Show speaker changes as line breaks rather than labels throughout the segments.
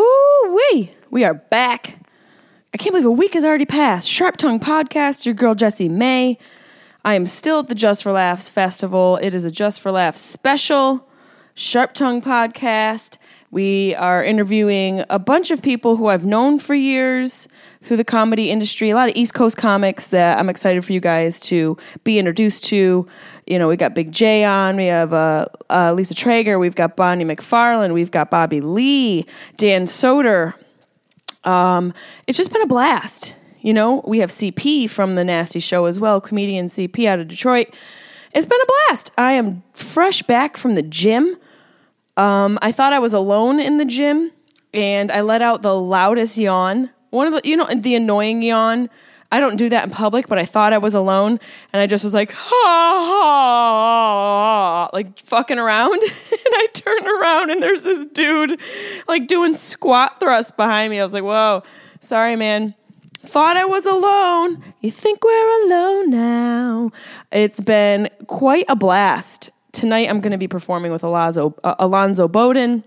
Ooh wee! We are back. I can't believe a week has already passed. Sharp Tongue Podcast, your girl Jessie May. I am still at the Just for Laughs Festival. It is a Just for Laughs special. Sharp Tongue Podcast. We are interviewing a bunch of people who I've known for years through the comedy industry, a lot of East Coast comics that I'm excited for you guys to be introduced to. You know, we got Big J on, we have uh, uh, Lisa Traeger, we've got Bonnie McFarlane, we've got Bobby Lee, Dan Soder, um, it's just been a blast. You know, we have CP from the Nasty Show as well, comedian CP out of Detroit. It's been a blast. I am fresh back from the gym. Um, I thought I was alone in the gym, and I let out the loudest yawn. One of the, you know, the annoying yawn. I don't do that in public, but I thought I was alone, and I just was like, ha ha, ha," like fucking around. and I turn around, and there's this dude, like doing squat thrusts behind me. I was like, whoa, sorry, man. Thought I was alone. You think we're alone now. It's been quite a blast. Tonight I'm going to be performing with Alonzo, uh, Alonzo Bowden,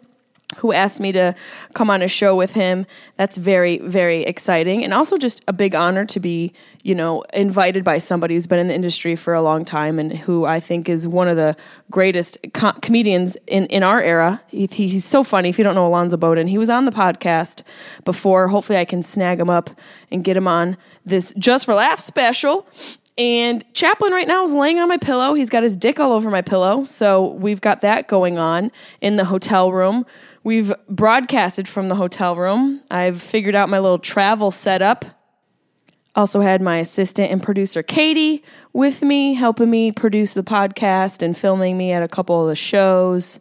who asked me to come on a show with him. That's very, very exciting. And also just a big honor to be, you know, invited by somebody who's been in the industry for a long time and who I think is one of the greatest co- comedians in, in our era. He, he- he's so funny. If you don't know Alonzo Bowden, he was on the podcast before. Hopefully I can snag him up and get him on this Just for Laughs special. And Chaplin right now is laying on my pillow. He's got his dick all over my pillow. So we've got that going on in the hotel room. We've broadcasted from the hotel room. I've figured out my little travel setup. Also had my assistant and producer Katie with me, helping me produce the podcast and filming me at a couple of the shows.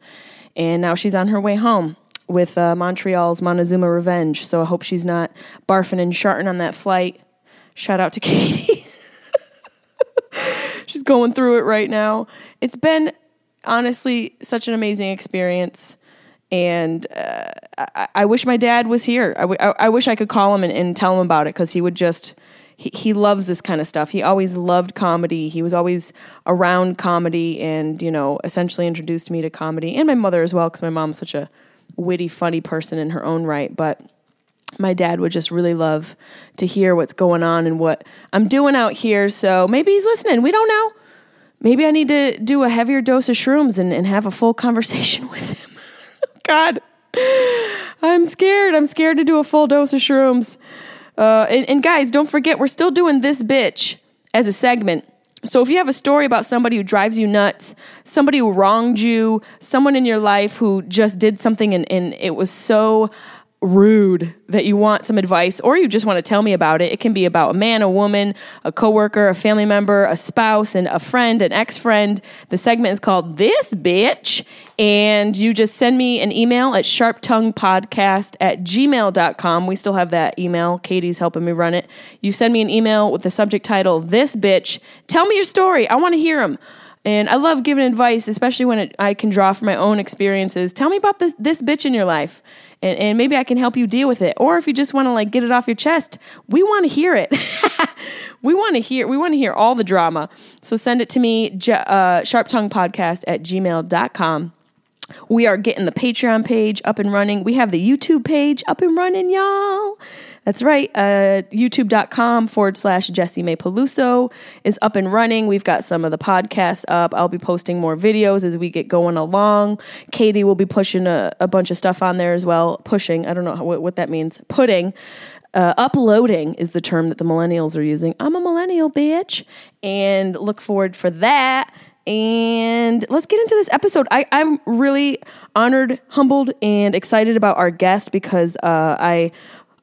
And now she's on her way home with uh, Montreal's Montezuma Revenge. So I hope she's not barfing and sharting on that flight. Shout out to Katie. She's going through it right now. It's been honestly such an amazing experience. And uh, I, I wish my dad was here. I, w- I, I wish I could call him and, and tell him about it because he would just, he, he loves this kind of stuff. He always loved comedy. He was always around comedy and, you know, essentially introduced me to comedy and my mother as well because my mom's such a witty, funny person in her own right. But my dad would just really love to hear what's going on and what I'm doing out here. So maybe he's listening. We don't know. Maybe I need to do a heavier dose of shrooms and, and have a full conversation with him. God, I'm scared. I'm scared to do a full dose of shrooms. Uh, and, and guys, don't forget, we're still doing this bitch as a segment. So if you have a story about somebody who drives you nuts, somebody who wronged you, someone in your life who just did something and, and it was so rude that you want some advice or you just want to tell me about it, it can be about a man, a woman, a coworker, a family member, a spouse, and a friend, an ex-friend. The segment is called This Bitch. And you just send me an email at sharptonguepodcast at gmail.com. We still have that email. Katie's helping me run it. You send me an email with the subject title, This Bitch. Tell me your story. I want to hear them. And I love giving advice, especially when it, I can draw from my own experiences. Tell me about this, this bitch in your life, and, and maybe I can help you deal with it. Or if you just want to like get it off your chest, we want to hear it. we want to hear we want to hear all the drama. So send it to me, j- uh, sharptonguepodcast at gmail.com. We are getting the Patreon page up and running. We have the YouTube page up and running, y'all. That's right. Uh, YouTube.com forward slash Jesse May Peluso is up and running. We've got some of the podcasts up. I'll be posting more videos as we get going along. Katie will be pushing a, a bunch of stuff on there as well. Pushing, I don't know how, what, what that means. Putting uh, uploading is the term that the millennials are using. I'm a millennial, bitch. And look forward for that. And let's get into this episode. I, I'm really honored, humbled, and excited about our guest because uh, I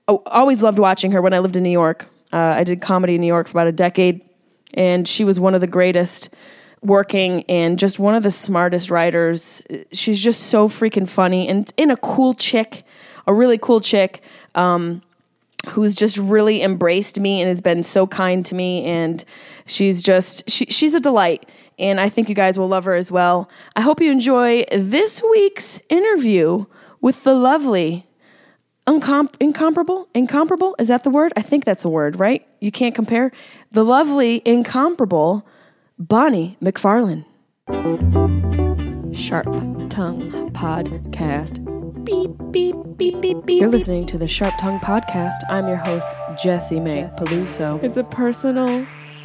oh, always loved watching her when I lived in New York. Uh, I did comedy in New York for about a decade, and she was one of the greatest working and just one of the smartest writers. She's just so freaking funny and in a cool chick, a a really cool chick who's just really embraced me and has been so kind to me and she's just she, she's a delight and i think you guys will love her as well i hope you enjoy this week's interview with the lovely uncom- incomparable incomparable is that the word i think that's the word right you can't compare the lovely incomparable bonnie mcfarlane sharp tongue podcast beep beep beep beep beep. You're listening to the Sharp Tongue Podcast. I'm your host Jessie May Peluso. It's a personal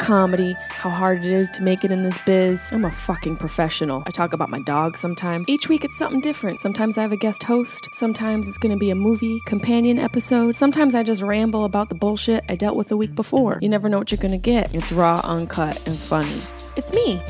comedy, how hard it is to make it in this biz. I'm a fucking professional. I talk about my dog sometimes. Each week it's something different. Sometimes I have a guest host, sometimes it's gonna be a movie, companion episode. Sometimes I just ramble about the bullshit I dealt with the week before. You never know what you're gonna get. It's raw, uncut, and funny. It's me.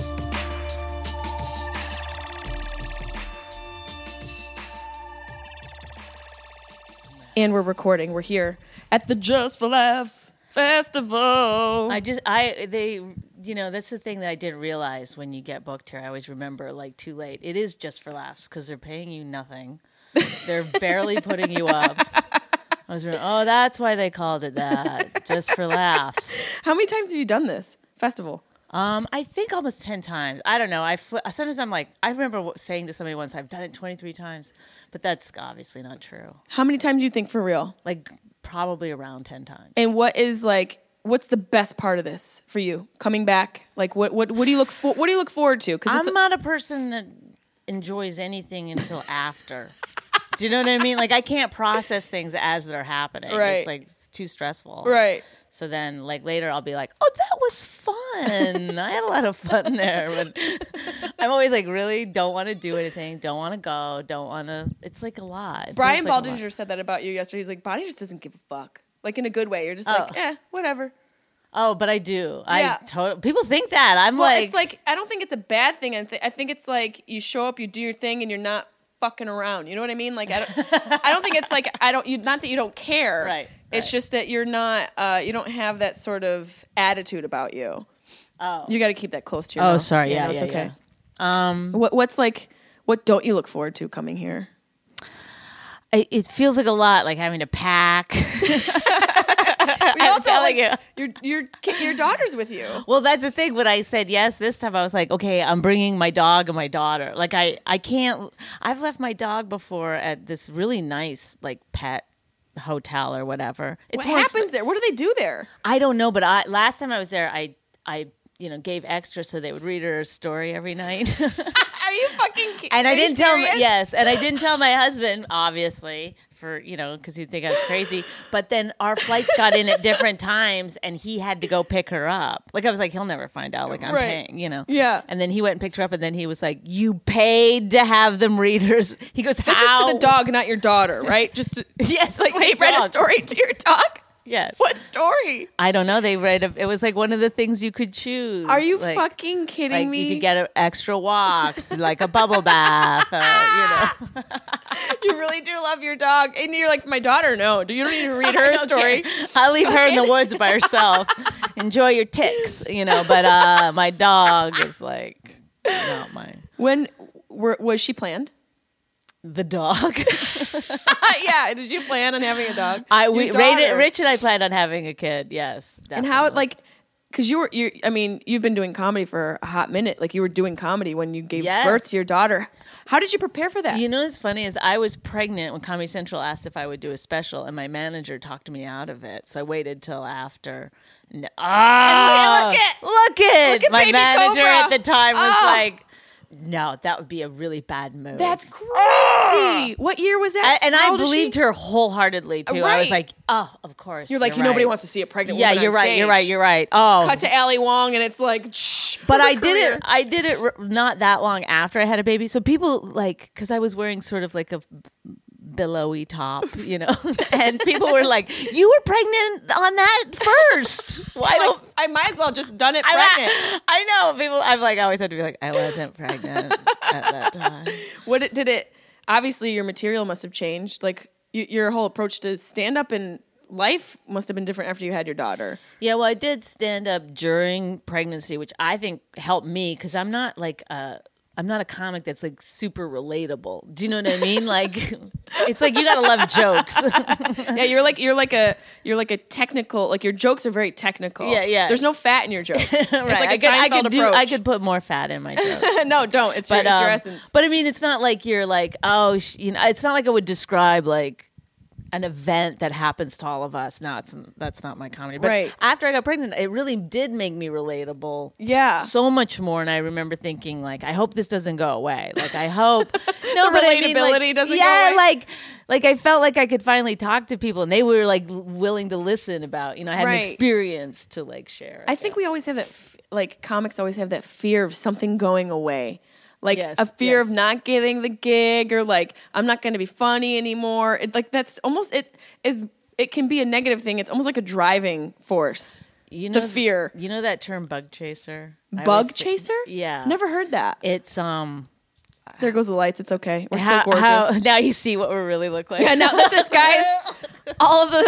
And we're recording. We're here at the Just for Laughs Festival.
I just I they you know that's the thing that I didn't realize when you get booked here. I always remember like too late. It is just for laughs because they're paying you nothing. They're barely putting you up. I was re- oh that's why they called it that just for laughs.
How many times have you done this festival?
Um, I think almost ten times. I don't know. I fl- sometimes I'm like I remember w- saying to somebody once I've done it twenty three times, but that's obviously not true.
How many times do you think for real?
Like probably around ten times.
And what is like what's the best part of this for you? Coming back? Like what what what do you look for what do you look forward to? Cuz it's
I'm not a person that enjoys anything until after. Do you know what I mean? Like I can't process things as they're happening.
Right.
It's like too stressful.
right.
So then like later I'll be like, "Oh, that was fun. I had a lot of fun there." But I'm always like really don't want to do anything, don't want to go, don't want to It's like a lot. It
Brian
feels like a lot.
Baldinger said that about you yesterday. He's like Bonnie just doesn't give a fuck. Like in a good way. You're just like, "Eh, whatever."
Oh, but I do.
Yeah.
I totally People think that. I'm
Well,
like
it's like I don't think it's a bad thing. I, th- I think it's like you show up, you do your thing, and you're not fucking around. You know what I mean? Like I don't, I don't think it's like I don't. You, not that you don't care.
Right,
It's
right.
just that you're not. Uh, you don't have that sort of attitude about you.
Oh.
You got to keep that close to your.
Oh,
mouth.
sorry. Yeah,
no, it's
yeah,
okay. Um, what, what's like? What don't you look forward to coming here?
I, it feels like a lot like having to pack. I'm telling you.
Your your ki- your daughter's with you.
Well, that's the thing. When I said yes this time, I was like, okay, I'm bringing my dog and my daughter. Like, I, I can't. I've left my dog before at this really nice, like, pet hotel or whatever. It's
What
more
happens there? What do they do there?
I don't know, but I last time I was there, I, I, you know, gave extra so they would read her a story every night.
Are you fucking? ki-
and
are
I
you
didn't tell
serious?
yes, and I didn't tell my husband obviously for you know because he'd think I was crazy. But then our flights got in at different times, and he had to go pick her up. Like I was like, he'll never find out. Like I'm
Right.
paying, you know.
Yeah.
And then he went and picked her up, and then he was like, "You paid to have them readers." He goes,
This
"How?"
is to the dog, not your daughter, right? Just to,
Yes,
like
my
they read a
dog.
story to your dog.
Yes.
What story?
I don't know. They read. A, it was like one of the things you could choose.
Are you
Like-
fucking kidding
Like
me?
you could get a, extra walks, like a bubble bath. Uh, you know.
You really do love your dog, and you're like my daughter. No, do you don't need to read her a story?
I'll leave her in the woods by herself. Enjoy your ticks, you know. But uh, my dog is like not mine.
When were, was she planned?
The dog.
yeah, did you plan on having a dog?
I
Your
we rated
daughter.
Rich and I planned on having a kid. Yes.
And how
definitely.
like because you were you I mean you've been doing comedy for a hot minute. Like you were doing comedy when you gave
Yes.
birth to your daughter. How did you prepare for that?
You know what's funny is I was pregnant when Comedy Central asked if I would do a special, and my manager talked me out of it. So I waited till after. No. Ah,
look at-
look at
look at
my
Baby
manager
Cobra.
at the time was
Ah.
like, "No, that would be a really bad move."
That's crazy. What year was
I,
that?
and
How
I
old is she?
believed her wholeheartedly too. I
Right.
was like, "Oh, of course."
You're like nobody
right.
wants to see a pregnant.
Yeah,
woman
you're
on
right. You're
stage.
right. You're right. Oh,
cut to Ali Wong, and it's like, shh,
but
her
I did
career.
it. I did it r- not that long after I had a baby. So people like because I was wearing sort of like a billowy top, you know. and people were like, "You were pregnant on that first. Why
Like,
don't
I might as well just done it
I,
pregnant.
I know people. I've like always had to be like, I wasn't pregnant at that time.
What it, did it? Obviously, your material must have changed. Like y- your whole approach to stand up and life must have been different after you had your daughter.
Yeah, well, I did stand up during pregnancy, which I think helped me because I'm not like a. I'm not a comic that's like super relatable. Do you know what I mean? Like, it's like you gotta love jokes.
Yeah, you're like you're like a you're like a technical. Like your jokes are very technical.
Yeah, yeah.
There's no fat in your jokes. It's like a
I could, I
Seinfeld
could do. I
approach.
could put more fat in my jokes.
no, don't. It's, your, it's your
um,
essence.
But I mean, it's not like you're like, oh, sh-, you know, it's not like I would describe like an event that happens to all of us. No, it's that's not my comedy. But
Right.
after I got pregnant, it really did make me relatable.
Yeah.
so much more. And I remember thinking, like, I hope this doesn't go away. Like, I hope no,
The
but I mean, like,
relatability doesn't go
yeah,
away.
like. Like I felt like I could finally talk to people, and they were like l- willing to listen about. You know, I had
Right.
an experience to like share.
I think we always have that, f- like comics always have that fear of something going away. Like
Yes,
a fear
yes.
of not getting the gig or like, I'm not going to be funny anymore. It, like that's almost, it is, it can be a negative thing. It's almost like a driving force.
you
the
th-
fear.
You know that term, bug chaser. I always
Bug
thi-
chaser?
yeah.
Never heard that.
It's um.
there goes the lights. It's okay. We're
how-
still gorgeous.
how- now you see what we really look like.
and now this is guys, all of the,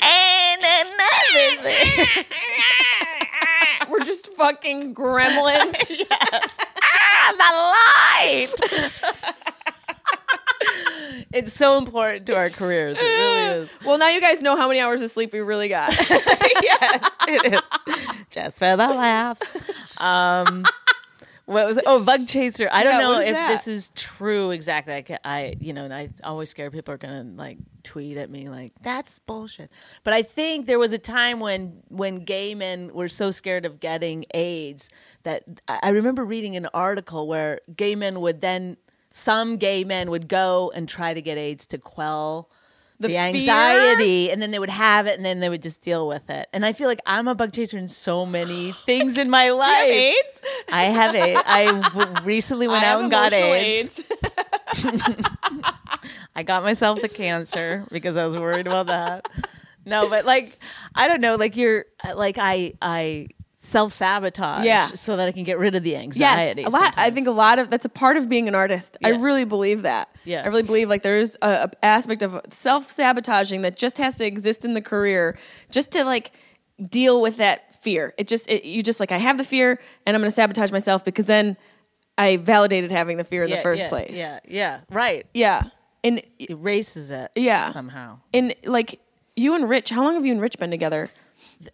and another thing.
we're just fucking gremlins.
It's so important to our careers. It really is.
well, now you guys know how many hours of sleep we really got.
yes, it is. Just for the laughs. Um, what was Oh, bug chaser. I don't
Yeah,
know
what is
if
that?
this is true exactly. I, ca- I, you know, and I always scare people are gonna like tweet at me like that's bullshit. But I think there was a time when when gay men were so scared of getting AIDS that I I remember reading an article where gay men would then some gay men would go and try to get AIDS to quell the,
fear?
anxiety and then they would have it and then they would just deal with it and i feel like i'm a bug chaser in so many things in my
Do you have
life
AIDS?
i have it i w- recently went
I
out
have
and got
emotional
AIDS. i got myself the cancer because i was worried about that no but like i don't know like you're like i i self-sabotage
Yeah.
so that i can get rid of the
Yes,
anxiety
a lot. I
sometimes.
think a lot of that's a part of being an artist. I
Yeah.
really believe that.
Yeah.
I really believe like there is a, a aspect of self sabotaging that just has to exist in the career, just to like deal with that fear. It just it, you just like I have the fear and I'm going to sabotage myself because then I validated having the fear in the
Yeah,
first
yeah,
place.
yeah yeah right
yeah, and
it erases it
Yeah.
somehow
and like you and Rich, how long have you and Rich been together?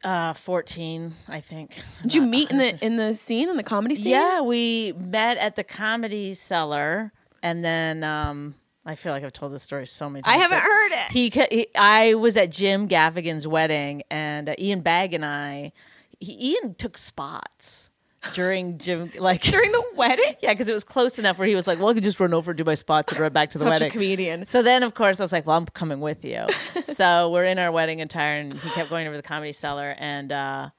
uh 14 i think
Did you meet in the in the scene in the comedy scene?
Uh, Yeah, we met at the comedy cellar, and then um, I feel like I've told this story so many times.
I haven't
but
heard it.
He, ca- he, I was at Jim Gaffigan's wedding, and uh, Ian Bagg and I, he, Ian took spots during Jim, like
during the wedding.
yeah, because it was close enough where he was like, "Well, I could just run over, do my spots, and run back to the
Such a
wedding."
comedian.
So then, of course, I was like, "Well, I'm coming with you." so we're in our wedding attire, and he kept going over to the comedy cellar, and uh,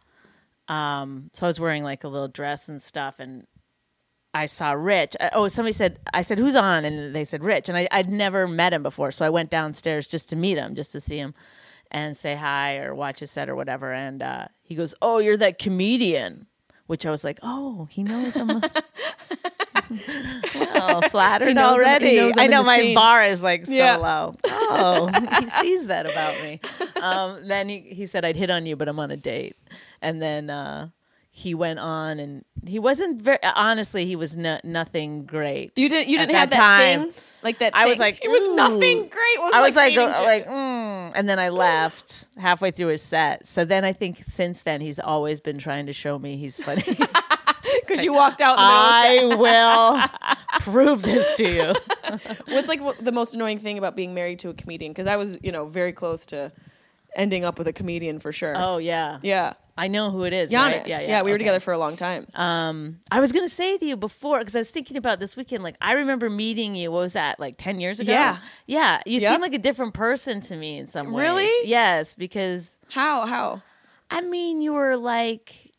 um, so I was wearing like a little dress and stuff, and I saw Rich. I, oh, somebody said, "I said who's on?" and they said Rich, and I, I'd never met him before, so I went downstairs just to meet him, just to see him. And say hi or watch his set or whatever. And uh, he goes, Oh, you're that comedian. Which I was like, Oh, he knows I'm a Oh, flattered
knows I'm- he
already.
knows I'm
I
in
know
the
my
scene.
bar is like so
Yeah.
low. Oh, he sees that about me. Um, then he, he said, I'd hit on you, but I'm on a date. And then uh, he went on, and he wasn't very, honestly, he was no, nothing great.
You didn't. You
at
didn't have that
time.
thing. Like that.
I was
thing.
like,
it was
"Ooh."
nothing great. It was
I was like,
eating
uh,
chip.
like, mm. and then I left halfway through his set. So then I think since then he's always been trying to show me he's funny.
because you walked out. In the middle of
I will prove this to you.
the- what's like what, the most annoying thing about being married to a comedian? Because I was, you know, very close to ending up with a comedian for sure.
Oh yeah,
yeah,
I know who it is.
Giannis.
right?
Yeah, we were
okay. Um,
together for a long time.
I was gonna say to you before because I was thinking about this weekend. Like I remember meeting you. What was that? Like ten years ago?
Yeah.
yeah. You
Yep.
seem like a different person to me in some ways.
Really?
Yes, because
how? How?
I mean, you were like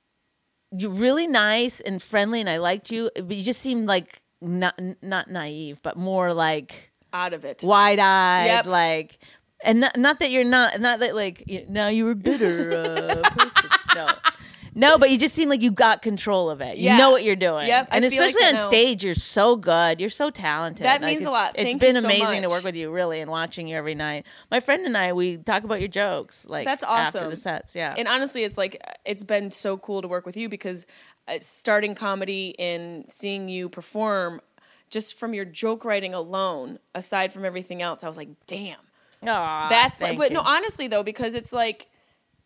you really nice and friendly, and I liked you, but you just seemed like not n- not naive, but more like
out of it.
wide eyed,
Yep.
like. And not, not that you're not, not that like you, now you were bitter. Uh, person. No, no, but you just seem like you got control of it. You
Yeah.
know what you're doing.
Yep, I
and
feel like
especially
I
on
know.
stage, you're so good. You're so talented.
That means a
it's-
lot.
It's
Thank
been
you so
amazing to
much.
work with you, really, and watching you every night. My friend and I, we talk about your jokes. Like
That's
After
awesome.
the sets, yeah.
And honestly, it's like uh, it's been so cool to work with you because uh, starting comedy and seeing you perform, just from your joke writing alone, aside from everything else, I was like, damn,
Aw,
that's. Like,
Ah, thank
but no,
you.
honestly though, because it's like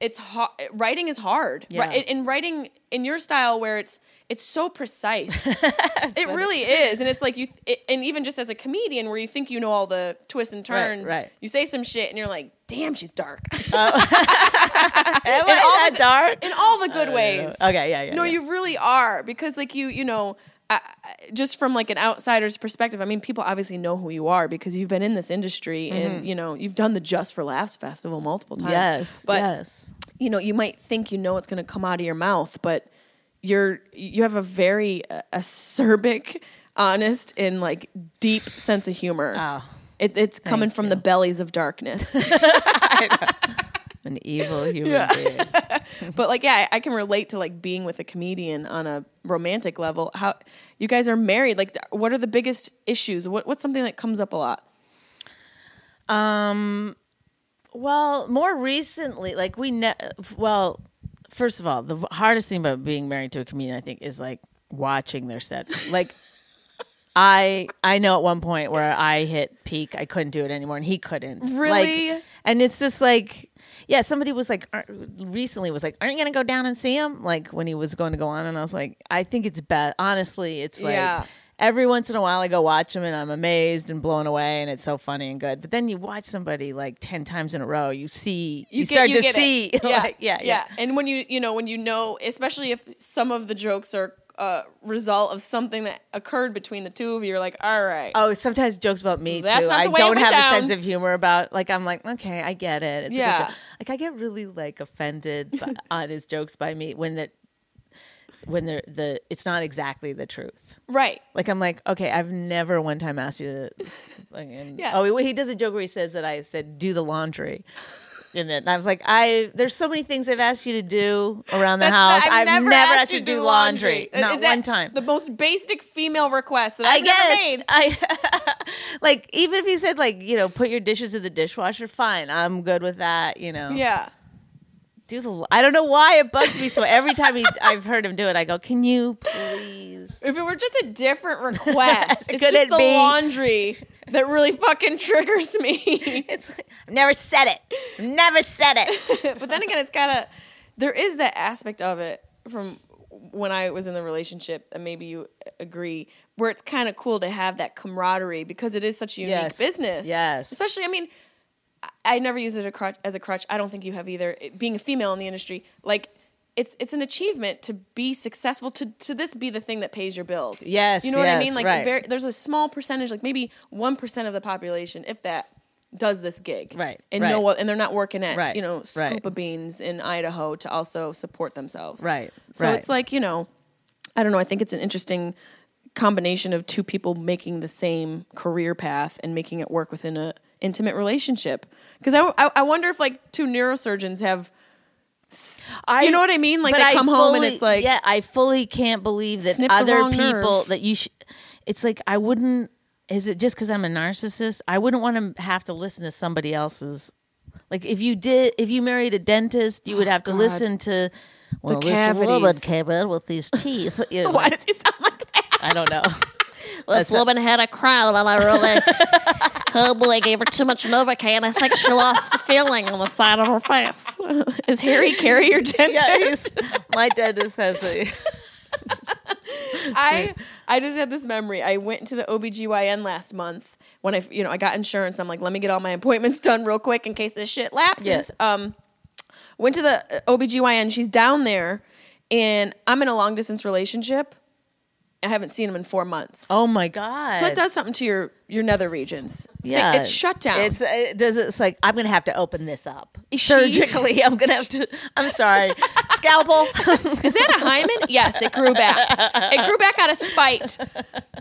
it's hard. Writing is hard.
Yeah.
Ri- and writing in your style, where it's it's so precise. it really is, and it's like you. It, and even just as a comedian, where you think you know all the twists and
Right,
turns,
right.
you say some shit, and you're like, damn, she's dark. and
Am
all
I that
the-
dark?
in all the good ways.
Okay, yeah, yeah.
No,
yeah.
you really are because like you, you know, I, I- just from like an outsider's perspective. I mean, people obviously know who you are because you've been in this industry and you know you've done the Just for Laughs festival multiple times.
Mm-hmm. Yes,
but
yes.
you know you might think you know what's going to come out of your mouth, but you're you have a very uh, acerbic, honest, and like deep sense of humor.
Oh.
It, it's coming from the bellies of darkness.
An evil human being.
But like, yeah, I, I can relate to like being with a comedian on a romantic level. How you guys are married? Like, th- what are the biggest issues? What what's something that comes up a lot?
Well, more recently, like we ne- well, first of all, the hardest thing about being married to a comedian, I think, is like watching their sets. Like, I I know at one point where I hit peak, I couldn't do it anymore, and he couldn't.
Really?
Like, and it's just like, yeah, somebody was like "Aren't- recently was like, aren't you gonna go down and see him? Like when he was going to go on, and I was like, I think it's best. Honestly, it's like.
Yeah.
Every once in a while, I go watch him and I'm amazed and blown away, and it's so funny and good. But then you watch somebody like ten times in a row, you see, you,
get-
start to
get it.
see,
yeah,
like, yeah, yeah,
And when you you know when you know, especially if some of the jokes are uh, result of something that occurred between the two of you, you're like, all right,
Oh, sometimes jokes about me
That's
too.
not
I
the way it
don't
went
have
down.
a sense of humor about. Like I'm like, okay, I get it. It's a
Yeah.
good joke. Like I get really like offended by, on his jokes by me when that when they're the it's not exactly the truth.
right,
Like I'm like, okay, I've never one time asked you to. Like, and,
Yeah.
Oh, he, he does a joke where he says that I said do the laundry. And then I was like, I there's so many things I've asked you to do around the
That's
house.
not-
I've, never, asked, you to do laundry,
Is
not
that
one time.
The most basic female request that
I
I've
guess Uh,
ever made.
I like even if you said like you know put your dishes in the dishwasher, fine, I'm good with that. You know,
Yeah.
Do the I don't know why it bugs me so every time he, I've heard him do it, I go, can you please?
If it were just a different request, it's
Could
just
it
the
be?
laundry that really fucking triggers me.
It's like, I've never said it. I've never said it.
but then again, it's gotta. There is that aspect of it from when I was in the relationship, and maybe you agree, where it's kind of cool to have that camaraderie because it is such a unique
Yes.
business.
Yes.
Especially, I mean, I- I never use it a crutch, as a crutch. I don't think you have either. It- being a female in the industry, like. It's, it's an achievement to be successful to, to this be the thing that pays your bills.
Yes,
you know what I
yes,
mean. Like
right.
very, there's a small percentage, like maybe one percent of the population, if that, does this gig.
Right,
and
right.
no one, and they're not working at
Right,
you know
right.
scoop of beans in Idaho to also support themselves.
Right,
So
right.
it's like you know, I don't know. I think it's an interesting combination of two people making the same career path and making it work within a intimate relationship. Because I, I I wonder if like two neurosurgeons have.
I,
You know what I mean? Like,
but
they come home and
fully-
it's like-
yeah, I fully can't believe that
Snip the
other
wrong
people
nerve.
that you. Sh- it's like I wouldn't. Is it just because I'm a narcissist? I wouldn't want to have to listen to somebody else's. Like if you did, if you married a dentist, you would have to listen to. Well, this
Oh,
woman
cavities.
came in with these teeth. You know,
Why does he sound like that?
I don't know.
This woman had a crown, and I really, oh boy, gave her too much Novocaine. I think she lost the feeling on the side of her face.
Is Harry Carey your dentist?
Yeah, he's- my dentist has a.
I I just had this memory. I went to the OBGYN last month when I you know I got insurance. I'm like, let me get all my appointments done real quick in case this shit lapses.
Yeah.
Um went to the uh, OBGYN. She's down there and I'm in a long distance relationship. I haven't seen him in 4 months.
Oh my god!
So it does something to your your nether regions. It's like-
Yeah,
it's shut down.
It's uh, it does. It's like I'm gonna have to open this up
she-
surgically. I'm gonna have to. I'm sorry, scalpel.
Is that a hymen? Yes, it grew back. It grew back out of spite.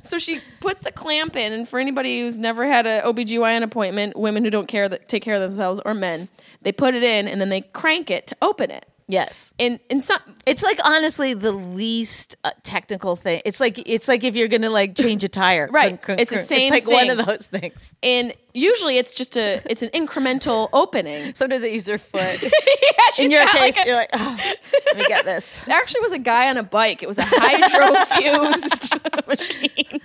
So she puts a clamp in, and for anybody who's never had an OBGYN appointment, women who don't care that take care of themselves or men, they put it in and then they crank it to open it.
Yes.
And and some
It's like honestly the least uh, technical thing. It's like it's like if you're gonna like change a tire,
Right.
Crunk, crunk,
It's the
crunk.
same
It's like one
thing.
of those things.
and usually it's just a it's an incremental opening.
Sometimes they use their foot.
She's
In your
got
case,
like a-
you're like, oh, let me get this.
There actually was a guy on a bike. It was a hydrofused machine.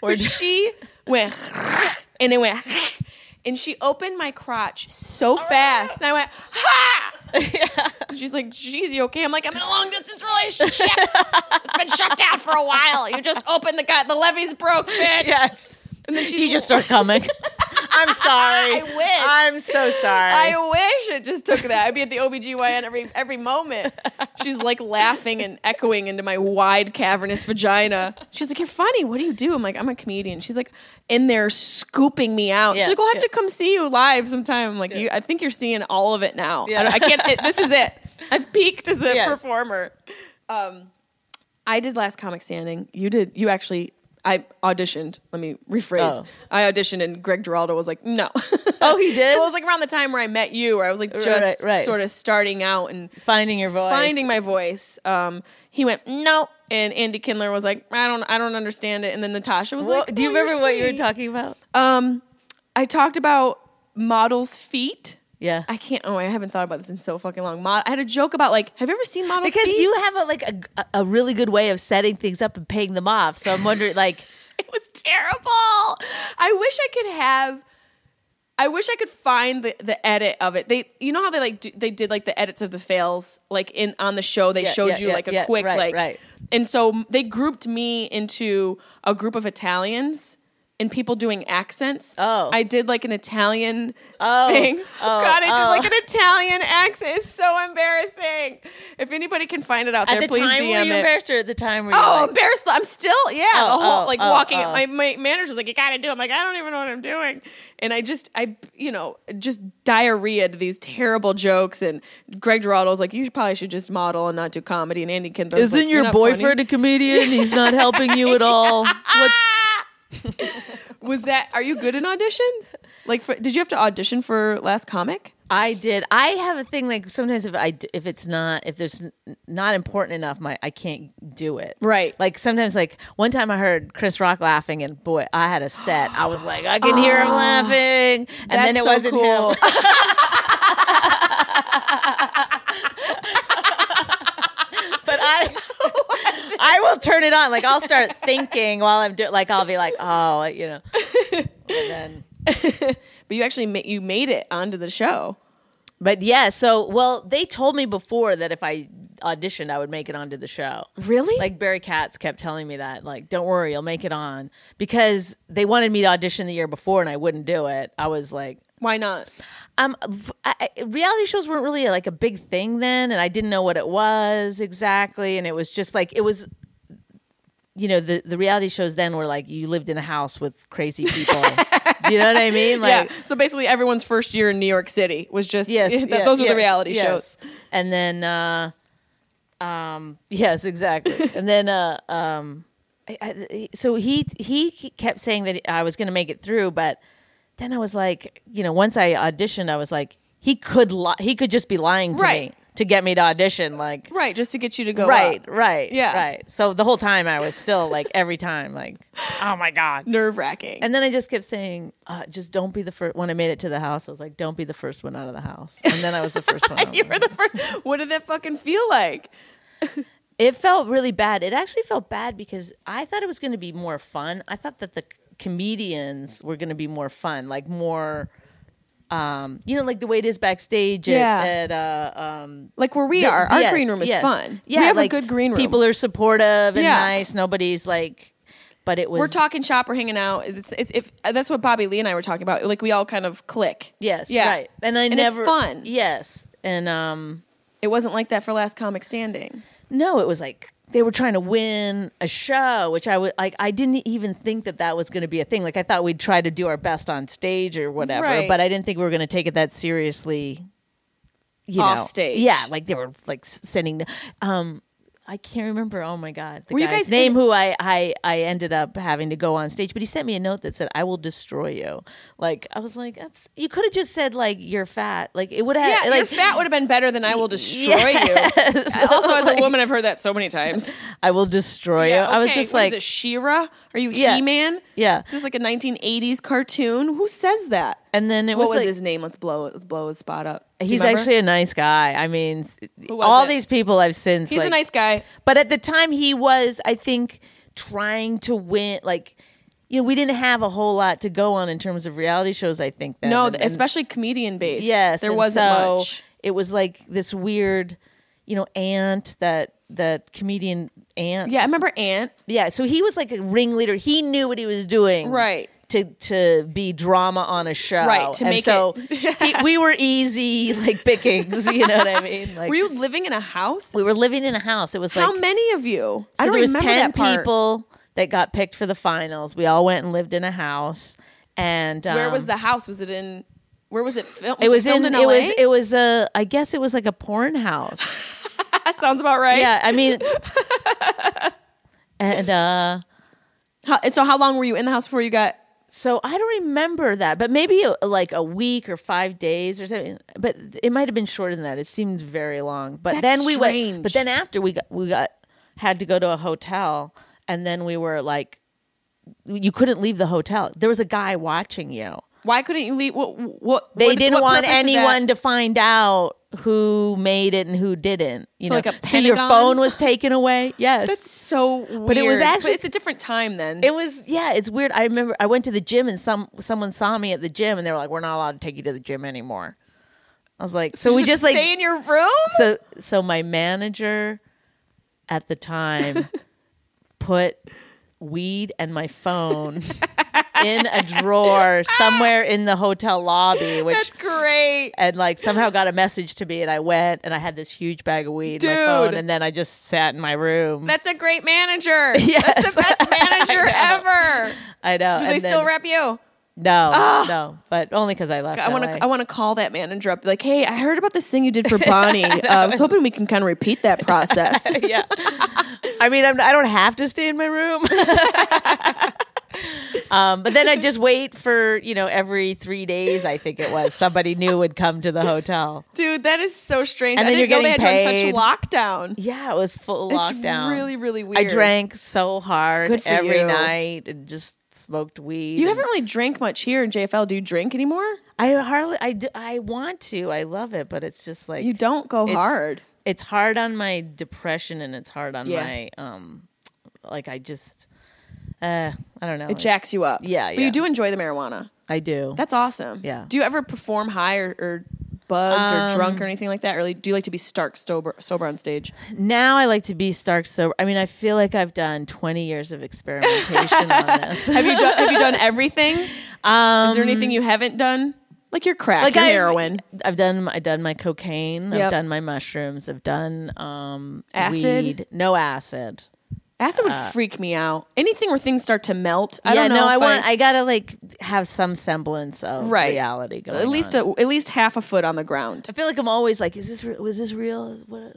Where she went and it went and she opened my crotch so fast. And I went, ha! She's like, geez, you okay? I'm like, I'm in a long distance relationship. It's been shut down for a while. You just opened the guy, the levee's broke, bitch.
Yes.
And then she's
You just start coming. I'm sorry.
I wish.
I'm so sorry.
I wish it just took that. I'd be at the OBGYN every every moment. She's like laughing and echoing into my wide cavernous vagina. She's like, "You're funny. What do you do?" I'm like, "I'm a comedian." She's like, in there scooping me out.
Yeah,
She's like, "We'll have
yeah.
to come see you live sometime." I'm like, you, "I think you're seeing all of it now. I
Yeah.
don't- I, can't. It, this is it. I've peaked as a
Yes.
performer." Um, I did last comic standing. You did. You actually. I auditioned. Let me rephrase.
Oh.
I auditioned, and Greg Giraldo was like, "No."
Oh, he did?
Well, it was like around the time where I met you, where I was like just
Right, right.
sort of starting out and
finding your voice.
finding my voice. Um, he went no, and Andy Kindler was like, "I don't, I don't understand it." And then Natasha was
Well,
like,
do you
"Oh, you're
remember what you were
sweet."
talking about?
Um, I talked about models' feet.
Yeah.
I can't. Oh, I haven't thought about this in so fucking long. Mod- I had a joke about like, have you ever seen models?
because
feet?
you have a, like a, a really good way of setting things up and paying them off. So I'm wondering, like,
It was terrible. I wish I could have. I wish I could find the, the edit of it. They, you know how they like do, they did like the edits of the fails, like in on the show they
Yeah,
showed
yeah,
you
yeah,
like a
yeah,
quick
right,
like,
right.
and so they grouped me into a group of Italians and people doing accents.
Oh.
I did like an Italian
Oh,
thing.
oh,
God, I did
oh.
like an Italian accent. It's so embarrassing. If anybody can find it out there,
at the
please
time
DM
were you
it.
embarrassed, or at the time were you
Oh,
like,
embarrassed. I'm still, yeah,
Oh,
the whole,
oh,
like
oh,
walking.
oh.
My, my manager's like, you gotta do it. I'm like, I don't even know what I'm doing. And I just, I, you know, just diarrhea to these terrible jokes. And Greg Giraldo's like, you should, probably should just model and not do comedy. And Andy Kindler's like, "You're not funny."
a comedian? He's not helping you at all. What's
Was that, are you good in auditions? Like, for, did you have to audition for Last Comic?
I did. I have a thing like sometimes if I d- if it's not if there's n- not important enough, my I can't do it.
Right.
Like sometimes like one time I heard Chris Rock laughing and boy, I had a set. I was like, I can hear him laughing, and then
That's
it
so
wasn't
cool.
him. but I I will turn it on. Like I'll start thinking while I'm doing. Like I'll be like, oh, you know. And then.
But you actually, ma- you made it onto the show.
But yeah, so well, they told me before that if I auditioned, I would make it onto the show.
Really? Like,
Like Barry Katz kept telling me that, like, don't worry, you'll make it on because they wanted me to audition the year before and I wouldn't do it. I was like,
why not?
um, v- I- I- reality shows weren't really like a big thing then, and I didn't know what it was exactly, and it was just like it was. You know, the, the reality shows then were like you lived in a house with crazy people. Do you know what I mean? Like,
yeah. So basically, everyone's first year in New York City was just,
yes,
th-
yeah,
those were the
yes,
reality
yes.
shows.
and then uh um yes exactly and then uh um I, I, so he he kept saying that i was going to make it through but then i was like you know once i auditioned i was like he could li- he could just be lying to
Right.
me to get me to audition like
Right, just to get you to go
right
up.
right
Yeah.
right so the whole time i was still like every time like oh my god
Nerve wracking.
and then I just kept saying, uh, just don't be the first. When I made it to the house, I was like, don't be the first one out of the house. And then I was the first one. out of
you
the
were the first. What did that fucking feel like?
It felt really bad. It actually felt bad because I thought it was going to be more fun. I thought that the comedians were going to be more fun, like more, um, you know, like the way it is backstage at,
Yeah.
at uh, um,
Like where we
th-
are, our
yes,
green room is
yes.
fun.
Yeah,
we have
like,
a good green room.
People are supportive and
Yeah.
nice. Nobody's like, but it was
we're talking shop, we're hanging out. It's, it's, if, that's what Bobby Lee and I were talking about. Like we all kind of click.
Yes,
Yeah.
right. And I
And it's
never
fun.
Yes, and um,
It wasn't like that for Last Comic Standing.
no, it was like they were trying to win a show, which I would like. I didn't even think that that was going to be a thing. Like I thought we'd try to do our best on stage or whatever,
Right.
but I didn't think we were going to take it that seriously. You
Off
know.
stage.
yeah. Like they were like s- sending. Um, I can't remember. Oh my god, the
Were you
guy's
guys
name
in-
who I, I I ended up having to go on stage, but he sent me a note that said, "I will destroy you." Like I was like, that's you could have just said like you're fat. Like it would have
Yeah,
like
your fat would have been better than I will destroy you. Also, as a woman, I've heard that so many times.
I will destroy you. I was just like,
is Shira? Are you
Yeah.
He-Man?
yeah.
Is this like a 1980s cartoon? Who says that?
And then it
What
was,
was
like,
his name? Let's blow let's blow his spot up. Do you
he's
remember?
actually a nice guy. I mean, s-
was
all
it?
these people I've since
he's a
like-
nice guy.
But at the time, he was, I think, trying to win. Like, you know, we didn't have a whole lot to go on in terms of reality shows. I think then.
No,
And-
th-
and-
especially comedian based.
yes,
there
and
wasn't
so
much.
It was like this weird, you know, aunt that that comedian aunt.
Yeah, I remember Ant.
yeah. So he was like a ringleader. He knew what he was doing,
Right.
To to be drama on a show,
Right, to
and
make
so
it-
he, we were easy like pickings. You know what I mean? Like
Were you living in a house?
we were living in a house. It was like
How many of you?
so
I don't
there was
remember
ten
that part.
people that got picked for the finals. We all went and lived in a house, and um,
Where was the house? Was it in? Where was it filmed?
It was in,
filmed in,
it
LA?
was it was a I guess it was like a porn house.
that sounds about right.
yeah, I mean, and uh,
How, and so, how long were you in the house before you got?
so I don't remember that, but maybe uh, like a week or five days or something. But it might have been shorter than that. It seemed very long. But
That's
then we
strange.
went. But then after we got we got had to go to a hotel, and then we were like, you couldn't leave the hotel. There was a guy watching you.
Why couldn't you leave? What? what
they
what-
didn't
what
want
purpose is that?
anyone to find out who made it and who didn't. You
So,
know,
like, a
so your
Pentagon?
phone was taken away. Yes,
That's so weird.
it was actually-
it's a different time then.
it was. Yeah, it's weird. I remember I went to the gym and some someone saw me at the gym and they were like, "We're not allowed to take you to the gym anymore." I was like, "So we just like
stay in your room.
so so my manager at the time put weed and my phone." in a drawer somewhere in the hotel lobby which
That's great.
and like somehow got a message to me and I went and I had this huge bag of weed in my phone
Dude.
and then I just sat in my room.
That's a great manager.
Yes.
That's the best manager ever.
I know.
Do
and
they still
then-
rep you?
No, no, but only because I left.
I want to. I
LA.
want to call that manager up. be Like, hey, I heard about this thing you did for Bonnie. uh, I was hoping we can kind of repeat that process.
yeah. I mean, I'm, I don't have to stay in my room. um, but then I just wait for you know every three days. I think it was somebody new would come to the hotel.
Dude, that is so strange.
And
I
then
didn't
you're
know they had
getting
you on such lockdown.
Yeah, it was full lockdown.
It's really, really weird.
I drank so hard
Good for
every
you.
night and just smoked weed.
You
and-
haven't really drank much here in JFL. Do you drink anymore?
I hardly. I d- I want to. I love it, but it's just like
You don't go
it's-
hard.
It's hard on my depression, and it's hard on
Yeah.
my um, like I just, uh, I don't know.
It jacks you up.
Yeah,
But
yeah.
you do enjoy the marijuana.
I do.
That's awesome.
Yeah.
Do you ever perform high or, or buzzed or drunk or
Um,
anything like that? Or like, do you like to be stark sober, sober on stage?
now I like to be stark sober. I mean, I feel like I've done twenty years of experimentation on this.
Have you done, have you done everything? Um, Is there anything you haven't done? Like your crack,
Like
your
I've-
heroin,
I've done. I done my cocaine.
Yep.
I've done my mushrooms. I've done um
Acid?
weed. No acid.
acid would freak me out. Anything where things start to melt. I
Uh, yeah,
don't know.
no. I
if
want. I gotta like have some semblance of
Right.
reality going.
at least
on.
a, at least half a foot on the ground.
I feel like I'm always like, is this re- was this real? Is- What?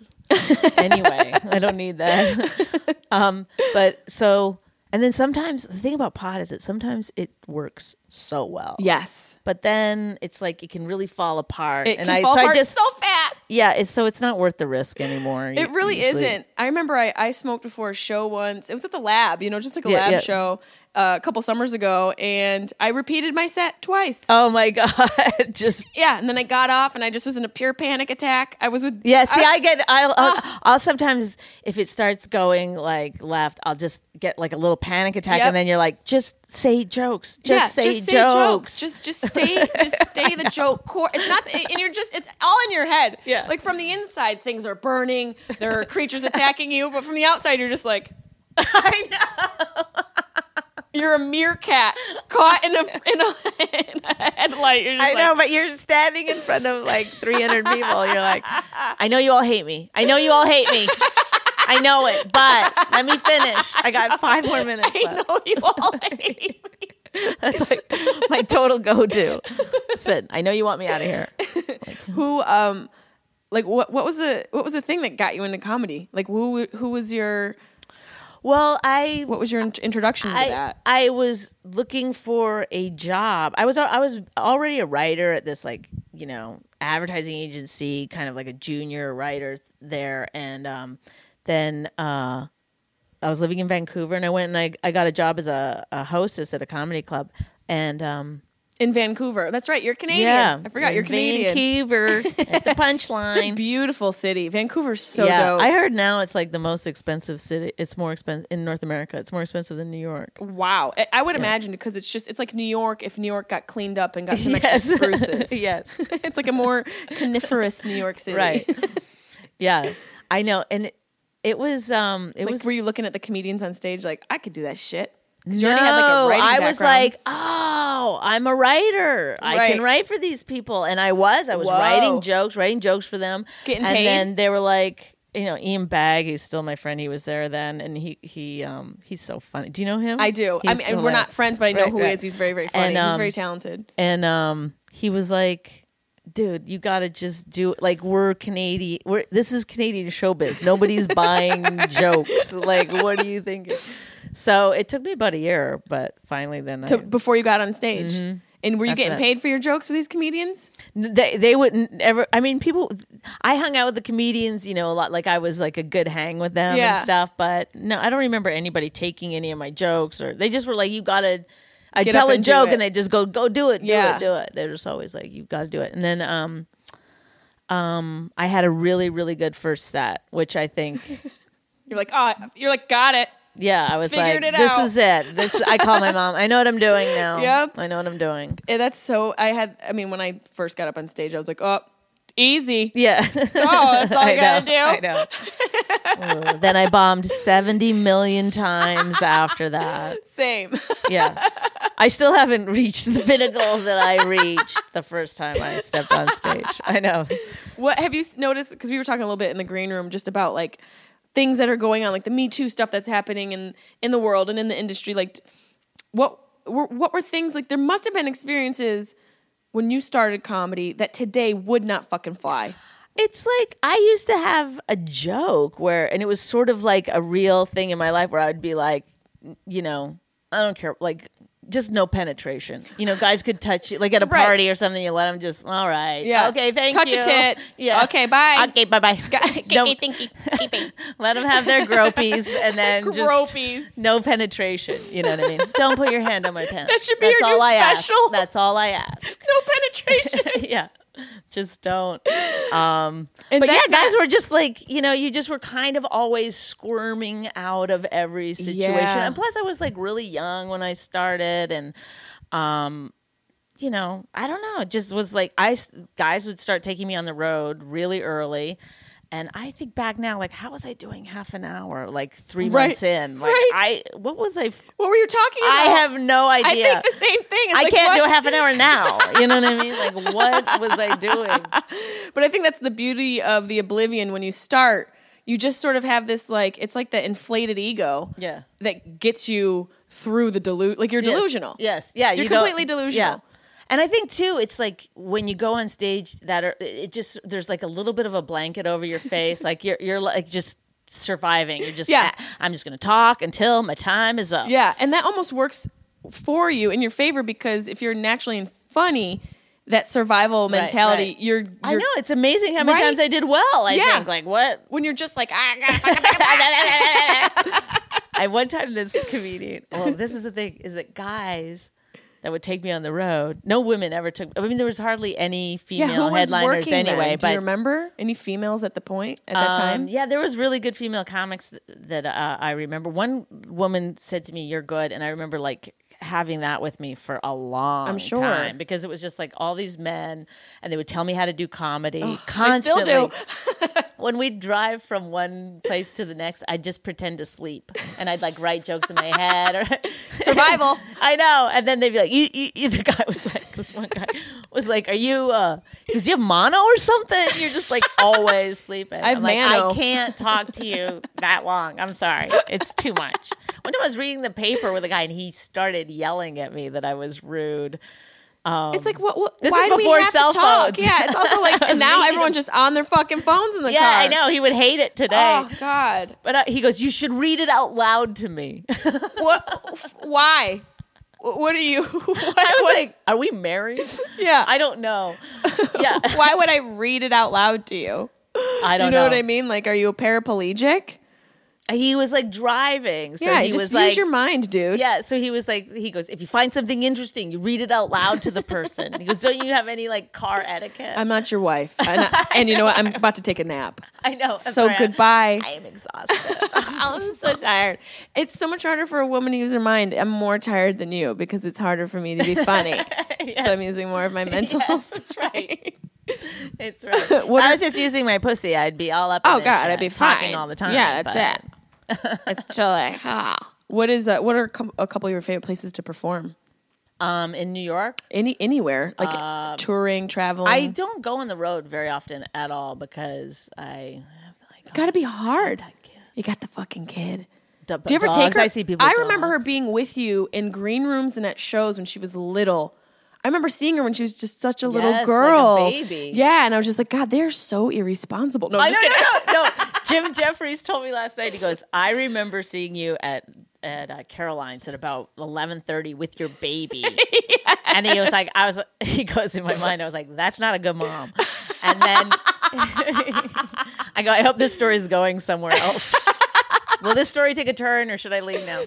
anyway, I don't need that. um, but so, and then sometimes the thing about pot is that sometimes it works so well.
Yes,
But then it's like it can really fall apart,
it
and
can
I
fall
so
apart
I just
so fast.
yeah. It's, so it's not worth the risk anymore.
It really isn't. I remember I, I smoked before a show once. It was at the lab, you know, just like a
Yeah,
lab
yeah.
show uh, a couple summers ago, and I repeated my set twice.
Oh my god! just
yeah, and then I got off, and I just was in a pure panic attack. I was with
Yeah, see, I, Ah. get, I'll, I'll, I'll sometimes, if it starts going like left, I'll just get like a little panic attack,
Yep.
and then you're like, just say jokes, just,
yeah,
say,
just
jokes.
Just just stay just stay the joke core. It's not and you're just it's all in your head.
Yeah.
Like from the inside things are burning, there are creatures attacking you, but from the outside you're just like I know. You're a meerkat caught in a in a, in a headlight. You're just
I
like,
know, but you're standing in front of like 300 people. You're like, I know you all hate me. I know you all hate me. I know it, but let me finish. I got five more minutes
I
left.
know you all hate me.
That's like my total go to. Listen, I know you want me out of here.
Who um Like what what was the what was the thing that got you into comedy? Like who who was your
Well, I
what was your in- introduction to
I,
that?
I was looking for a job. I was al- I was already a writer at this like you know advertising agency, kind of like a junior writer there, and um, then uh, I was living in Vancouver, and I went and I, I got a job as a, a hostess at a comedy club, and um,
In Vancouver. That's right. You're Canadian.
yeah,
I forgot
in
you're Canadian.
Vancouver at the punchline.
Beautiful city. Vancouver's so
yeah,
dope.
I heard now it's like the most expensive city. It's more expensive in North America. It's more expensive than New York.
wow. I, I would imagine because it's just it's like New York if New York got cleaned up and got some
Yes.
extra spruces.
Yes.
it's like a more coniferous New York City.
Right. yeah. I know. And it, it was um it
Like,
was
were you looking at the comedians on stage like I could do that shit? 'Cause you already had, like, a writing
I was
background.
like, oh, I'm a writer. I
Right.
can write for these people. And I was. I was
Whoa.
writing jokes, writing jokes for them.
Getting
and
paid?
then they were like, you know, Ian Bagg, who's still my friend, he was there then and he he um he's so funny. Do you know him?
I do. I
He's
mean, we're not
hilarious.
friends, but I know
Right,
who he
right.
is. He's very, very funny.
And,
He's
um,
very talented.
and um he was like dude you gotta just do it like we're canadian we're this is canadian showbiz nobody's buying jokes like what are you thinking so it took me about a year but finally then
To,
I,
before you got on stage,
Mm-hmm.
and were you getting
that.
paid for your jokes with these comedians?
they, they wouldn't ever i mean people i hung out with the comedians you know a lot like i was like a good hang with them
Yeah.
and stuff but no i don't remember anybody taking any of my jokes or they just were like you gotta i
Get up
tell a
and do
joke
it.
and they just go go do it do
Yeah.
it do it they're just always like you gotta do it and then um um i had a really really good first set which i think
You're like, oh, you're like, got it.
yeah i was
Figured
like
it
this
out."
is it this i call my mom i know what i'm doing now
Yep.
i know what i'm doing
Eh, That's so. I had. I mean, when I first got up on stage, I was like, oh, easy.
yeah
Oh, that's all I, gotta
know,
do.
I know. Ooh, then I bombed 70 million times after that.
Same.
Yeah. I still haven't reached the pinnacle that I reached the first time I stepped on stage. I know.
what have you s- noticed? Because we were talking a little bit in the green room just about like things that are going on, like the Me Too stuff that's happening in in the world and in the industry. Like, t- what were what were things like? There must have been experiences when you started comedy that today would not fucking fly.
It's like I used to have a joke where, and it was sort of like a real thing in my life where I would be like, you know, I don't care, like just no penetration. You know, guys could touch you, like at a
Right.
party or something. You let them just, all right,
Yeah.
okay, thank
Touch
you.
a tit.
yeah,
Okay, bye.
okay, bye, bye.
Kinky, thinky, keeping.
Let them have their gropies and then
Gropies.
just no penetration. You know what I mean? Don't put your hand on my pants.
That should be
That's
your
all
new
I ask.
special.
That's all I ask.
No penetration.
yeah. Just don't. Um,
and
But yeah,
that's not-
guys were just like, you know, you just were kind of always squirming out of every situation.
Yeah.
And plus I was like really young when I started and um you know, I don't know, it just was like I s- guys would start taking me on the road really early. And I think back now, like, how was I doing half an hour, like three
Right.
months in? Like,
Right.
I, what was I? F-
what were you talking about?
I have no
I
idea.
think the same thing. It's
I
like,
can't
what?
do half an hour now. You know what I mean? Like, what was I doing?
But I think that's the beauty of the oblivion when you start. You just sort of have this like it's like the inflated ego
Yeah.
that gets you through the delusion. Like you're
Yes.
delusional.
Yes. Yeah.
You're
you don't-
completely delusional.
Yeah. And I think too, it's like when you go on stage, that are, it just there's like a little bit of a blanket over your face, like you're you're like just surviving. You're just
Yeah.
I'm just gonna talk until my time is up.
Yeah, and that almost works for you in your favor because if you're naturally and funny, that survival
Right,
mentality,
right.
you're,
I
you're-
know it's amazing how many
Right?
times I did well. I
Yeah.
think like what
When you're just like, "Ah, I got
I one time this comedian. Well, this is the thing is that guys that would take me on the road. No women ever took. I mean, there was hardly any
yeah,
female
who was
headliners
working
anyway.
Then? Do
but
you remember any females at the point at that
Um,
time?
Yeah, there was really good female comics th- that uh, I remember. One woman said to me, "You're good," and I remember like having that with me for a long
I'm sure.
time because it was just like all these men and they would tell me how to do comedy
I
constantly.
still do.
when we'd drive from one place to the next, I'd just pretend to sleep and I'd like write jokes in my head or
Survival.
I know. And then they'd be like, you, you, you- the guy was like, this one guy was like, are you, uh, because you have mono or something? You're just like always sleeping.
have
I'm like,
mano.
I can't talk to you that long. I'm sorry. It's too much. One time I was reading the paper with a guy and he started yelling at me that I was rude.
it's like what? what
This
why
is
do we
before
have
cell
to talk?
phones.
Yeah, it's also like and now everyone's just on their fucking phones in the
Yeah,
car.
I know. He would hate it today.
Oh God,
But uh, he goes, You should read it out loud to me. I was
what? f- Why? Wh- What are you? What, I
like, Are we married?
yeah.
I don't know. Yeah.
why would I read it out loud to you?
I don't
you know, what I mean? Like, are you a paraplegic?
He was like driving. So
yeah,
he
just
was
use
like,
your mind, dude.
Yeah, so he was like, he goes, if you find something interesting, you read it out loud to the person. He goes, don't you have any like car etiquette?
I'm not your wife, and, I- and you know what? I'm about to take a nap.
I know. I'm
So
sorry, I-
goodbye.
I am exhausted.
I'm so tired. It's so much harder for a woman to use her mind. I'm more tired than you because it's harder for me to be funny. So I'm using more of my mental.
Yes, that's right. It's right.
What
I
are-
was just using my pussy. I'd be all up. in
Oh
his
God,
shit,
I'd be
talking
fine.
all the time.
Yeah, that's
but-
it. it's chill. Like, ah. What is uh, what are com- a couple of your favorite places to perform?
Um, in New York,
Any anywhere like
Um,
touring, traveling?
I don't go on the road very often at all because I.
it's got to be hard. You got the fucking kid.
Do
Do you ever take her?
I see people. with
remember her
dogs.
being with you in green rooms and at shows when she was little. I remember seeing her when she was just such a little
Yes, like a
girl,
baby.
Yeah, and I was just like, God, they're so irresponsible. No, I'm
I
just kidding.
know, no, no, no. Jim Jeffries told me last night. He goes, "I remember seeing you at at uh, Caroline's at about eleven thirty with your baby." And he was like, "I was." He goes in my mind. I was like, "That's not a good mom." And then I go, "I hope this story is going somewhere else." Will this story take a turn, or should I leave now?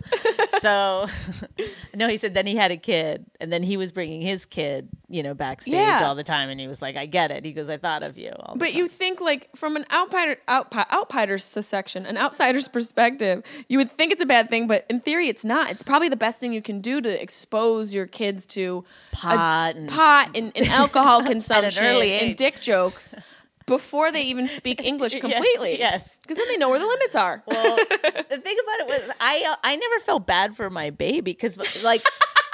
So, no, he said. Then he had a kid, and then he was bringing his kid, you know, backstage
Yeah.
all the time, and he was like, "I get it." He goes, "I thought of you." all the
But you think like from an outsider, outpi- outsider's section, an outsider's perspective, you would think it's a bad thing, but in theory, it's not. It's probably the best thing you can do to expose your kids to a uh,
Pot and-
pot and, and alcohol consumption
early
and
age.
dick jokes before they even speak English completely.
yes.
because then they know where the limits are.
Well, the thing about it was I uh, I never felt bad for my baby because like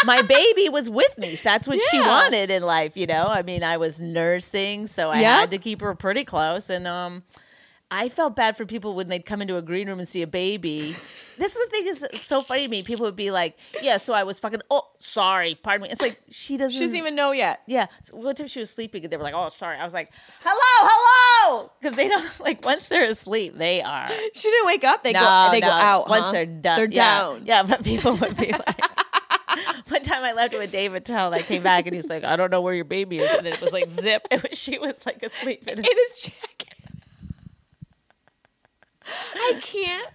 my baby was with me. That's what she
Yeah.
wanted in life, you know. I mean, I was nursing, so I
Yeah.
had to keep her pretty close, and um. I felt bad for people when they'd come into a green room and see a baby. This is the thing is so funny to me. People would be like, "Yeah, so I was fucking. Oh, sorry, pardon me." It's like she doesn't.
she doesn't even know yet.
Yeah. So one time she was sleeping and they were like, "Oh, sorry." I was like, "Hello, hello," because they don't like once they're asleep, they are
She didn't wake up. They go. They go
no.
out
once
huh?
they're done.
They're
yeah.
down.
Yeah, but people would be like. One time I left with David Tell and I came back and he was like, I don't know where your baby is. And it was like zip. It was, she was like asleep. in his-
in his jacket. I can't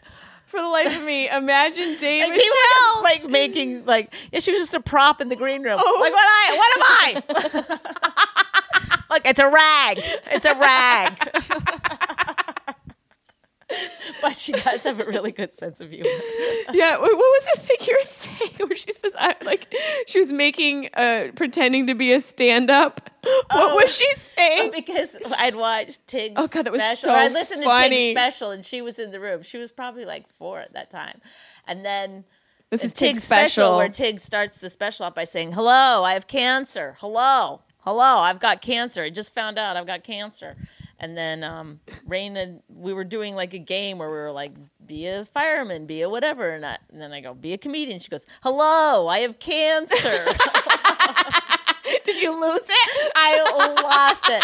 for the life of me imagine David
And people were just,
Tell.
like making like yeah, she was just a prop in the green room. Like what I what am I? Look, it's a rag. It's a rag. but she does have a really good sense of humor.
yeah, wh- what was the thing you were saying where she says I like she was making uh pretending to be a stand up. What was she saying?
because I'd watched Tig's
Oh, God, that was so
special. or I listened to
funny.
Tig's special, and she was in the room. She was probably like four at that time, and then
This is
Tig's special, where Tig starts the special off by saying, "Hello, I have cancer. Hello, hello, I've got cancer. I just found out I've got cancer." And then um, Raina, we were doing like a game where we were like, "Be a fireman, be a whatever," and, I, and then I go, "Be a comedian." She goes, "Hello, I have cancer."
Did you lose it?
I lost it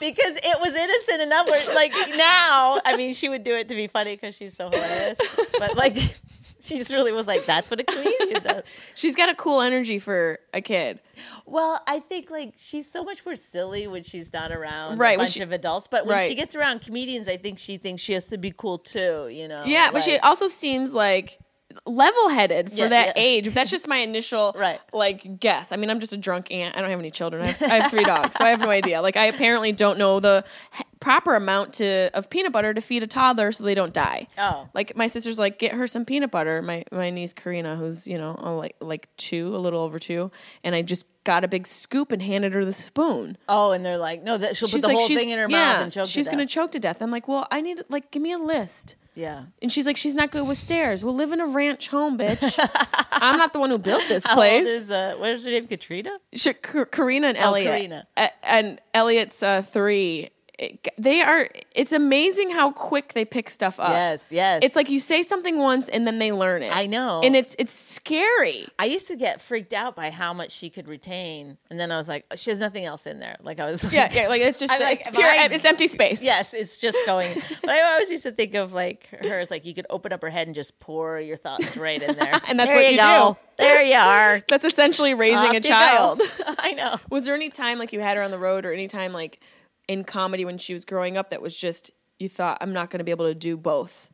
because it was innocent enough. Where like now, I mean, she would do it to be funny because she's so hilarious. But like, she just really was like, "That's what a comedian does."
She's got a cool energy for a kid.
Well, I think like she's so much more silly when she's not around
Right,
a
when
bunch
she-
of adults. But when
right.
she gets around comedians, I think she thinks she has to be cool too. You know?
Yeah, but she
like-
also seems like level-headed for
Yeah,
that
yeah.
age. That's just my initial
Right.
like guess. I mean, I'm just a drunk aunt. I don't have any children. I have, I have three dogs, so I have no idea. Like, I apparently don't know the h- proper amount to of peanut butter to feed a toddler so they don't die.
Oh.
like my sister's like, get her some peanut butter. My my niece Karina, who's you know uh, like like two, a little over two, and I just got a big scoop and handed her the spoon
Oh, and they're like, "No, that she'll put the whole
she's-
thing in her
yeah,
mouth and choke." to
She's
death.
gonna choke to death. I'm like, well, I need like give me a list.
Yeah.
And she's like, she's not good with stairs. We'll live in a ranch home, bitch. I'm not the one who built this
How old
place.
is uh, what is her name? Katrina.
Sh- K- Karina and Elliot.
Karina.
A- and Elliot's uh, three, they are it's amazing how quick they pick stuff up.
Yes, yes.
Uh, It's like you say something once and then they learn it.
I know.
And it's it's scary.
I used to get freaked out by how much she could retain, and then I was like, "Oh, she has nothing else in there. Like I was, like,
Yeah, yeah, like it's just
I'm like,
it's
am
pure
I-
it's empty space.
yes, it's just going. but I always used to think of like her as like you could open up her head and just pour your thoughts right in there.
And that's
there
what you
go.
do.
There you are.
That's essentially raising
Off
a
you go.
child.
I know.
Was there any time like you had her on the road or any time like in comedy when she was growing up that was just you thought I'm not going to be able to do both?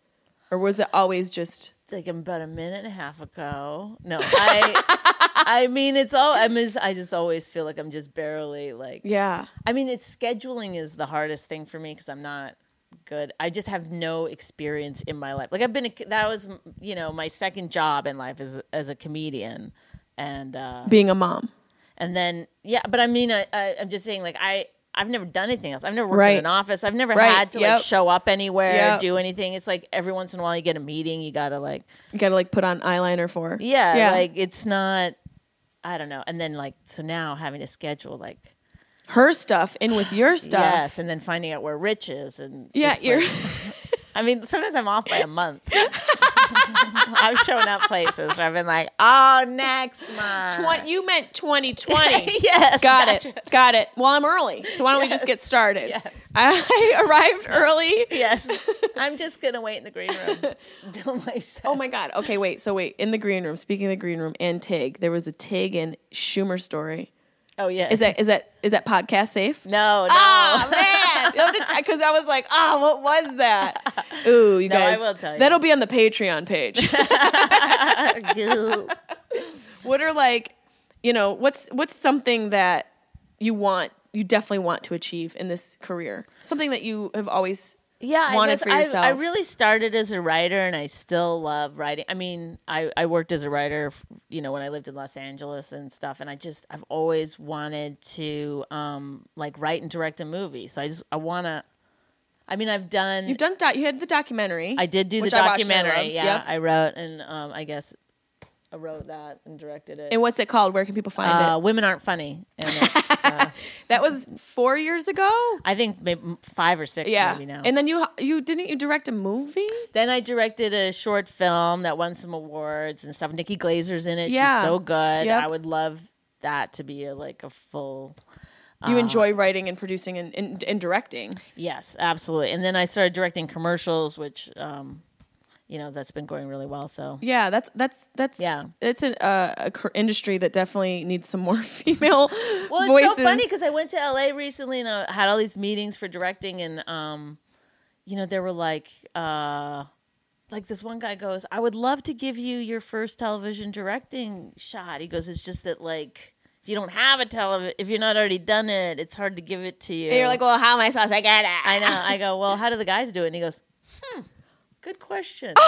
Or was it always just
like about a minute and a half ago. No, I I mean it's all I'm just, I just always feel like I'm just barely like
yeah.
I mean it's scheduling is the hardest thing for me cuz I'm not good. I just have no experience in my life. Like I've been a, that was you know my second job in life as as a comedian and uh
being a mom?
and then yeah, but I mean I, I I'm just saying like I I've never done anything else. I've never worked
Right.
in an office. I've never
Right,
had to
yep.
like show up anywhere,
Yep.
do anything. It's like every once in a while you get a meeting, you got to like
You got to like put on eyeliner for. her.
yeah, like it's not. I don't know. And then like so now having to schedule like
her stuff in with your stuff.
yes, and then finding out where Rich is and
Yeah,
it's
you're
like- I mean, sometimes I'm off by a month. I've shown up places where I've been like, oh, next month.
Twen- you meant 2020.
Yes,
Got
gotcha.
it. Got it. Well, I'm early. So why don't we just get started? I arrived early.
Yes, I'm just gonna wait in the green room until my.
Oh my god. Okay, wait. So wait, in the green room, speaking of the green room and Tig, there was a Tig and Schumer story.
Oh yeah.
Is that is that is that podcast safe?
no? No.
Oh man, because I was like, ah, what was that? Ooh, you
No, I
guys,
will tell you.
that'll be on the Patreon page.
Goo.
what are like you know what's what's something that you want you definitely want to achieve in this career something that you have always
yeah,
wanted
I guess
for
I-
yourself.
I, really started as a writer, and I still love writing. I mean, I, I worked as a writer, f- you know, when I lived in Los Angeles and stuff. And I just I've always wanted to um like write and direct a movie. So I just I want to. I mean, I've done.
you've done doc, you had the documentary
I did do the
which I watched and I
documentary.
loved,
yeah,
yep.
I wrote and um I guess I wrote that and directed it.
and what's it called where can people find
uh, women aren't funny. And it's, uh,
it that was four years ago
I think maybe five or six
yeah
maybe now.
and then you you didn't you direct a movie
Then I directed a short film that won some awards and stuff. Nikki Glazer's in it.
Yeah.
She's so good.
Yep.
I would love that to be a, like a full. Uh,
you enjoy writing and producing and, and, and directing
Yes, absolutely. And then I started directing commercials, which, um, you know, that's been going really well. So
yeah that's that's that's
Yeah.
it's an uh, a cur- industry that definitely needs some more female
well, it's
voices
so funny because I went to LA recently and I had all these meetings for directing, and um, you know, there were like, uh, like this one guy goes, "I would love to give you your first television directing shot." He goes, "It's just that like." If you don't have a television, if you're not already done it, it's hard to give it to you.
And you're like well how am i supposed to get it
I know. I go, well, how do the guys do it? And he goes, hmm, good question.